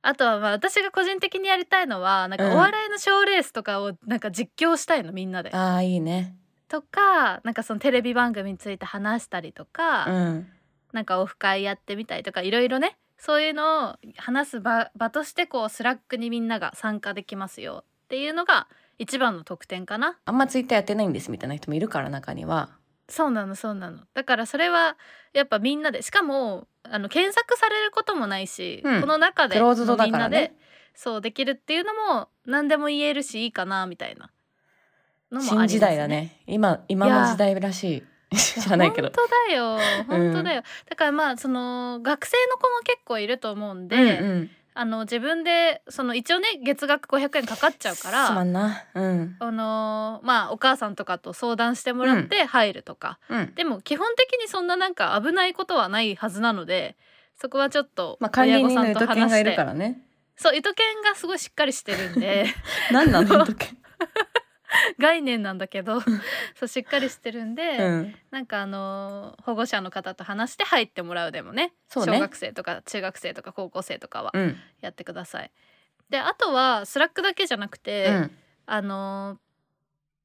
S1: あとはまあ私が個人的にやりたいのはなんか
S3: うん
S1: お笑いの賞ーレースとかをなんか実況したいのみんなで。
S3: ああいいね
S1: とかなんかそのテレビ番組について話したりとか、
S3: うん
S1: なんかオフ会やってみたりとかいろいろねそういうのを話す場場としてこうスラックにみんなが参加できますよっていうのが一番の特典かな。
S3: あんまツイッターやってないんですみたいな人もいるから中には
S1: そうなのそうなのだからそれはやっぱみんなでしかもあの検索されることもないし、
S3: うん
S1: この中で
S3: クローズドだ
S1: みん
S3: から
S1: な
S3: ね
S1: でそうできるっていうのも何でも言えるしいいかなみたいなのもありま
S3: 新
S1: す
S3: 時代だね今今の時代らし い知らないけど
S1: 本当だよ本当だよ、だからまあその学生の子も結構いると思うんで、
S3: うんうん、
S1: あの自分でその一応ね月額500円かかっちゃうか
S3: すま
S1: ら。
S3: んなうん
S1: あのーまあお母さんとかと相談してもらって入るとか、
S3: うん
S1: でも基本的にそんななんか危ないことはないはずなのでそこはちょっと
S3: まあ管
S1: 親
S3: 理
S1: 御
S3: 人
S1: さ
S3: の
S1: ん
S3: 糸
S1: と
S3: 犬
S1: 話
S3: が
S1: し
S3: い
S1: て、
S3: るからね
S1: そう糸犬がすごいしっかりしてるん で
S3: 何なの糸犬
S1: 概念なんだけ どそうしっかりしてるん で、
S3: うん
S1: なんかあのー保護者の方と話して入ってもらうでもね
S3: そうね
S1: 小学生とか中学生とか高校生とかは
S3: うん
S1: やってください。であとはスラックだけじゃなくて、
S3: うん
S1: あのー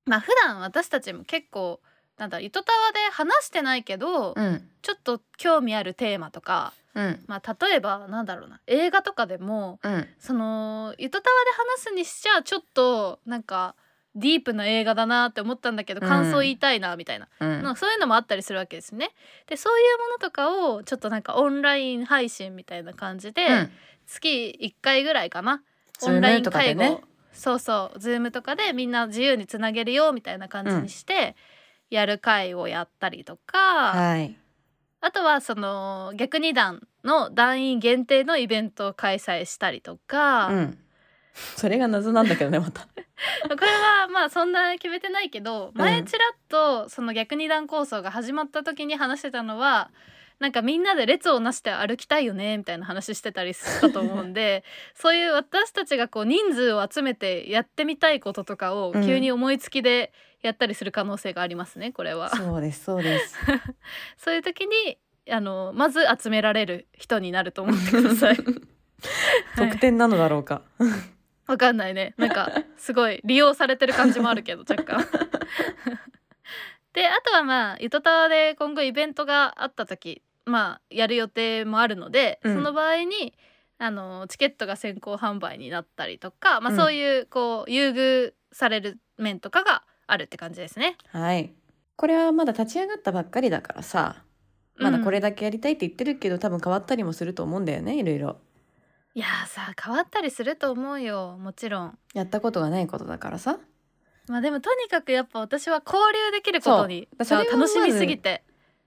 S1: まあ普段私たちも結構なんだ糸タワーで話してないけど、
S3: うん
S1: ちょっと興味あるテーマとか、
S3: うん
S1: まあ、例えばなんだろうな映画とかでも
S3: うん
S1: その糸タワーで話すにしちゃちょっとなんかディープな映画だなって思ったんだけど
S3: うん
S1: 感想言いたいなみたいな、
S3: うん
S1: なんかそういうのもあったりするわけですね。でそういうものとかをちょっとなんかオンライン配信みたいな感じで、
S3: うん
S1: 月1回ぐらいかなオンライ
S3: Zoom
S1: ン
S3: とか
S1: 会
S3: で
S1: 合、
S3: ね
S1: そうそうズームとかでみんな自由につなげるよみたいな感じにして、やる会をやったりとか、
S3: はい
S1: あとはその逆二段の団員限定のイベントを開催したりとか、
S3: うんそれが謎なんだけどねまた
S1: これはまあそんな決めてないけど
S3: うん
S1: 前ちらっとその逆二段構想が始まった時に話してたのはなんかみんなで列をなして歩きたいよねみたいな話してたりしたと思うん でそういう私たちがこう人数を集めてやってみたいこととかを
S3: うん
S1: 急に思いつきでやったりする可能性がありますねこれは。
S3: そうですそう です
S1: そういう時にあのまず集められる人になると思ってくだ さい。はい
S3: 特典なのだろうか
S1: わかんないね。なんかすごい利用されてる感じもあるけ ど若干。であとはまあ糸タワーで今後イベントがあった時まあやる予定もあるので、
S3: うん
S1: その場合にあのチケットが先行販売になったりとか、ま
S3: う
S1: あ、
S3: ん
S1: そういうこう優遇される面とかがあるって感じですね。
S3: はいこれはまだ立ち上がったばっかりだからさまだこれだけやりたいって言ってるけど、多分変わったりもすると思うんだよねいろいろ
S1: いやーさ変わったりすると思うよもちろん。
S3: やったことがないことだからさ
S1: まあでもとにかくやっぱ私は交流できることに
S3: そうそれ
S1: が
S3: は
S1: 楽しみすぎて。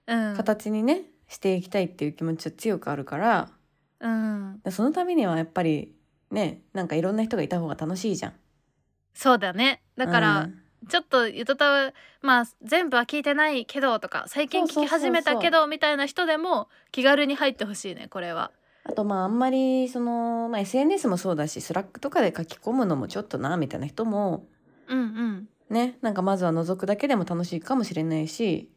S1: うん、
S3: 形にねしていきたいっていう気持ちは強くあるから
S1: うん、
S3: そのためにはやっぱりねなんかいろんな人がいた方が楽しいじゃん
S1: そうだねだから、
S3: うん
S1: ちょっとゆとたわまあ全部は聞いてないけどとか最近聞き始めたけどみたいな人でも気軽に入ってほしいねこれは。
S3: あとまああんまりその、まあ、SNS もそうだしスラックとかで書き込むのもちょっとなみたいな人も
S1: うんうん、
S3: ねなんかまずは覗くだけでも楽しいかもしれないし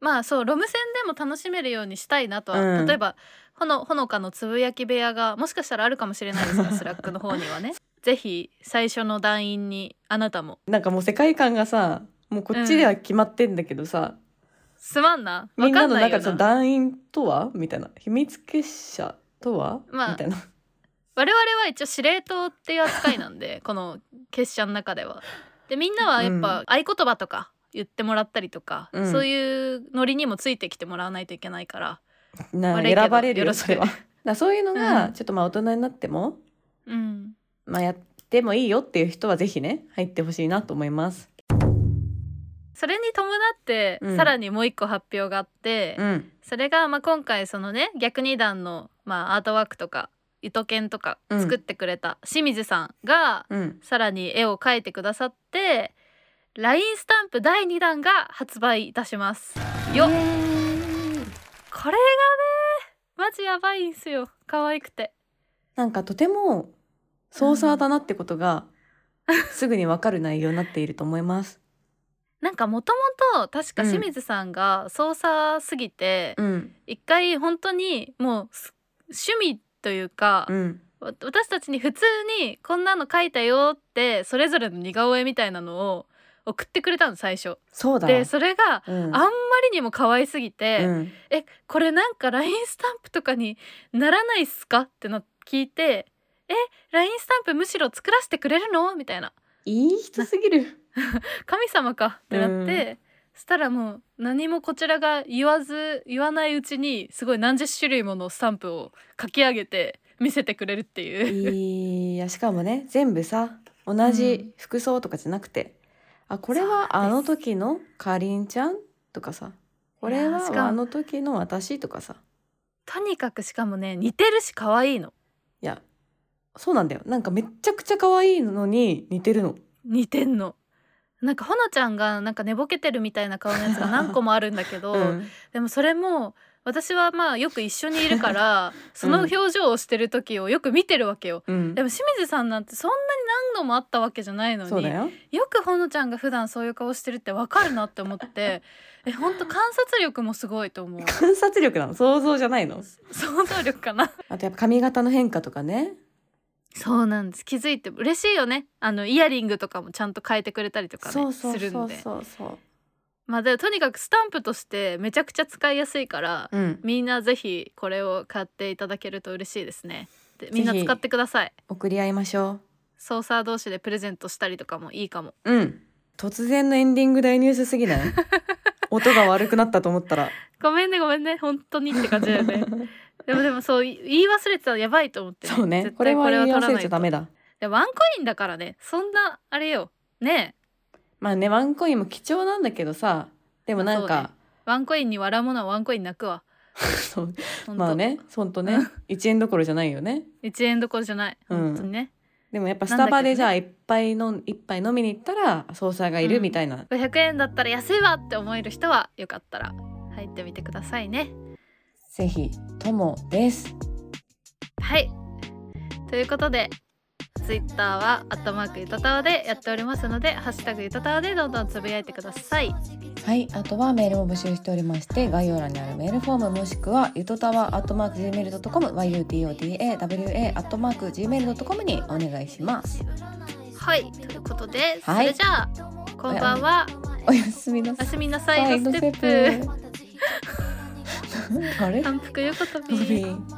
S1: まあそうロム線でも楽しめるようにしたいなとは、
S3: うん
S1: 例えばほのほのかのつぶやき部屋がもしかしたらあるかもしれないです がスラックの方にはね。ぜひ最初の団員にあなたも
S3: なんかもう世界観がさもうこっちでは決まってんだけどさ、
S1: すまんな
S3: み
S1: わ
S3: んな
S1: かん
S3: の
S1: ない
S3: 中
S1: よ
S3: その
S1: な
S3: 団員とはみたいな秘密結社とは、
S1: まあ
S3: みたいな
S1: 我々は一応司令塔っていう扱いなん でこの結社の中では。でみんなはやっぱ合言葉とか言ってもらったりとか、
S3: うん
S1: そういうノリにもついてきてもらわないといけないから。
S3: な
S1: 悪いけど
S3: 選ばれる
S1: よろ
S3: よ
S1: しく
S3: それは。だからそういうの
S1: う
S3: が
S1: ん
S3: ちょっとまあ大人になっても、
S1: うん、
S3: まあ、やってもいいよっていう人はぜひね入ってほしいなと思います。
S1: それに伴って、
S3: うん
S1: さらにもう一個発表があって、
S3: うん
S1: それがまあ今回そのね逆二段の、まあ、アートワークとか糸犬とか
S3: うん
S1: 作ってくれた清水さんが
S3: うん
S1: さらに絵を描いてくださって LINE スタンプ第2弾が発売いたしますよっ
S4: イエーイ
S1: これがねマジやばいんすよ可愛くて
S3: なんかとてもソーサーだなってこと が、すぐにわかる内容になっていると思います。
S1: なんかもともと確か清水さんが操作すぎて
S3: うん、
S1: 一、回本当にもうす趣味というか、
S3: うん、
S1: わ私たちに普通にこんなの書いたよってそれぞれの似顔絵みたいなのを送ってくれたの最初。
S3: そうだ。
S1: でそれが
S3: うん、
S1: あんまりにも可愛すぎて、
S3: うん、
S1: えこれなんか LINE スタンプとかにならないっすかっての聞いてえ LINE スタンプむしろ作らせてくれるのみたいない
S3: い人す ぎる。
S1: 神様かってなって、したらもう何もこちらが言わず言わないうちにすごい何十種類ものスタンプを書き上げて見せてくれるっていう。
S3: いやしかもね全部さ同じ服装とかじゃなくて、あこれは
S1: そう
S3: あ
S1: なん
S3: の
S1: です
S3: 時のかりんちゃんとかさこ
S1: い
S3: れ
S1: やー
S3: は
S1: しかも
S3: あの時の私とかさ
S1: とにかくしかもね似てるし可愛いの
S3: いやそうなんだよなんかめっちゃくちゃ可愛いのに似てるの。
S1: 似てんのなんかほのちゃんがなんか寝ぼけてるみたいな顔のやつが何個もあるんだけど、
S3: うん
S1: でもそれも私はまあよく一緒にいるから その表情をしてる時をよく見てるわけよ、
S3: うん
S1: でも清水さんなんてそんなに何度も会ったわけじゃないの
S3: そう
S1: に
S3: だ
S1: よ
S3: よ。
S1: くほのちゃんが普段そういう顔してるってわかるなって思って えほんと観察力もすごいと思う
S3: 観察力なの想像じゃないの
S1: 想像力かな
S3: あとやっぱ髪型の変化とかね
S1: そうなんです気づいて嬉しいよねあのイヤリングとかもちゃんと変えてくれたりとか
S3: そ
S1: ね
S3: うそ
S1: す
S3: う
S1: る
S3: そ
S1: ん
S3: う
S1: で
S3: そうそう
S1: まあでとにかくスタンプとしてめちゃくちゃ使いやすいから、
S3: うん
S1: みんなぜひこれを買っていただけると嬉しいですねで
S3: ぜひ
S1: みんな使ってください
S3: 送り合いましょ
S1: ソーサー同士でプレゼントしたりとかもいいかも
S3: ううん突然のエンディング大ニュースすぎない 音が悪くなったと思ったら
S1: ごめんねごめんね本当にって感じだよねでもでもそうい言い忘れてたらやばいと思って、
S3: そうね
S1: 絶対
S3: これは言い
S1: 取
S3: 忘
S1: ら
S3: れ
S1: ない
S3: ち
S1: と
S3: ゃダメだ
S1: でワンコインだからねそんなあれよねえ
S3: まあねワンコインも貴重なんだけどさでもなんか
S1: ワンコインに笑うものはワンコイン泣くわ
S3: そう、
S1: ほんと
S3: まあねほんと ね1円どころじゃないよね
S1: 1円どころじゃない
S3: うん
S1: 本当にね、
S3: でもやっぱス
S1: なんだ
S3: タ
S1: けどね
S3: バでじゃあ一杯の一杯飲みに行ったらソーサーがいるみたいな、
S1: 500円だったら安いわって思える人はよかったら入ってみてくださいね
S3: ぜひともです
S1: はい。ということで、ツイッターは、アットマークゆたたわでやっておりますので、ハッシュタグゆたたわでどんどんつぶやいてください。
S3: はい、あとはメールも募集しておりまして、概要欄にあるメールフォームもしくは、ゆとたわアットマーク gmail.com、yutotawa アットマーク gmail.com にお願いします。
S1: はい。ということで、そ
S3: はい
S1: れじゃあ、こんばんは。
S3: おやすみな
S1: お
S3: さ
S1: や
S3: い。
S1: すみ なさいのステップ。
S3: プ。あれ
S1: 反復横跳
S3: ロビ
S1: び。
S3: ー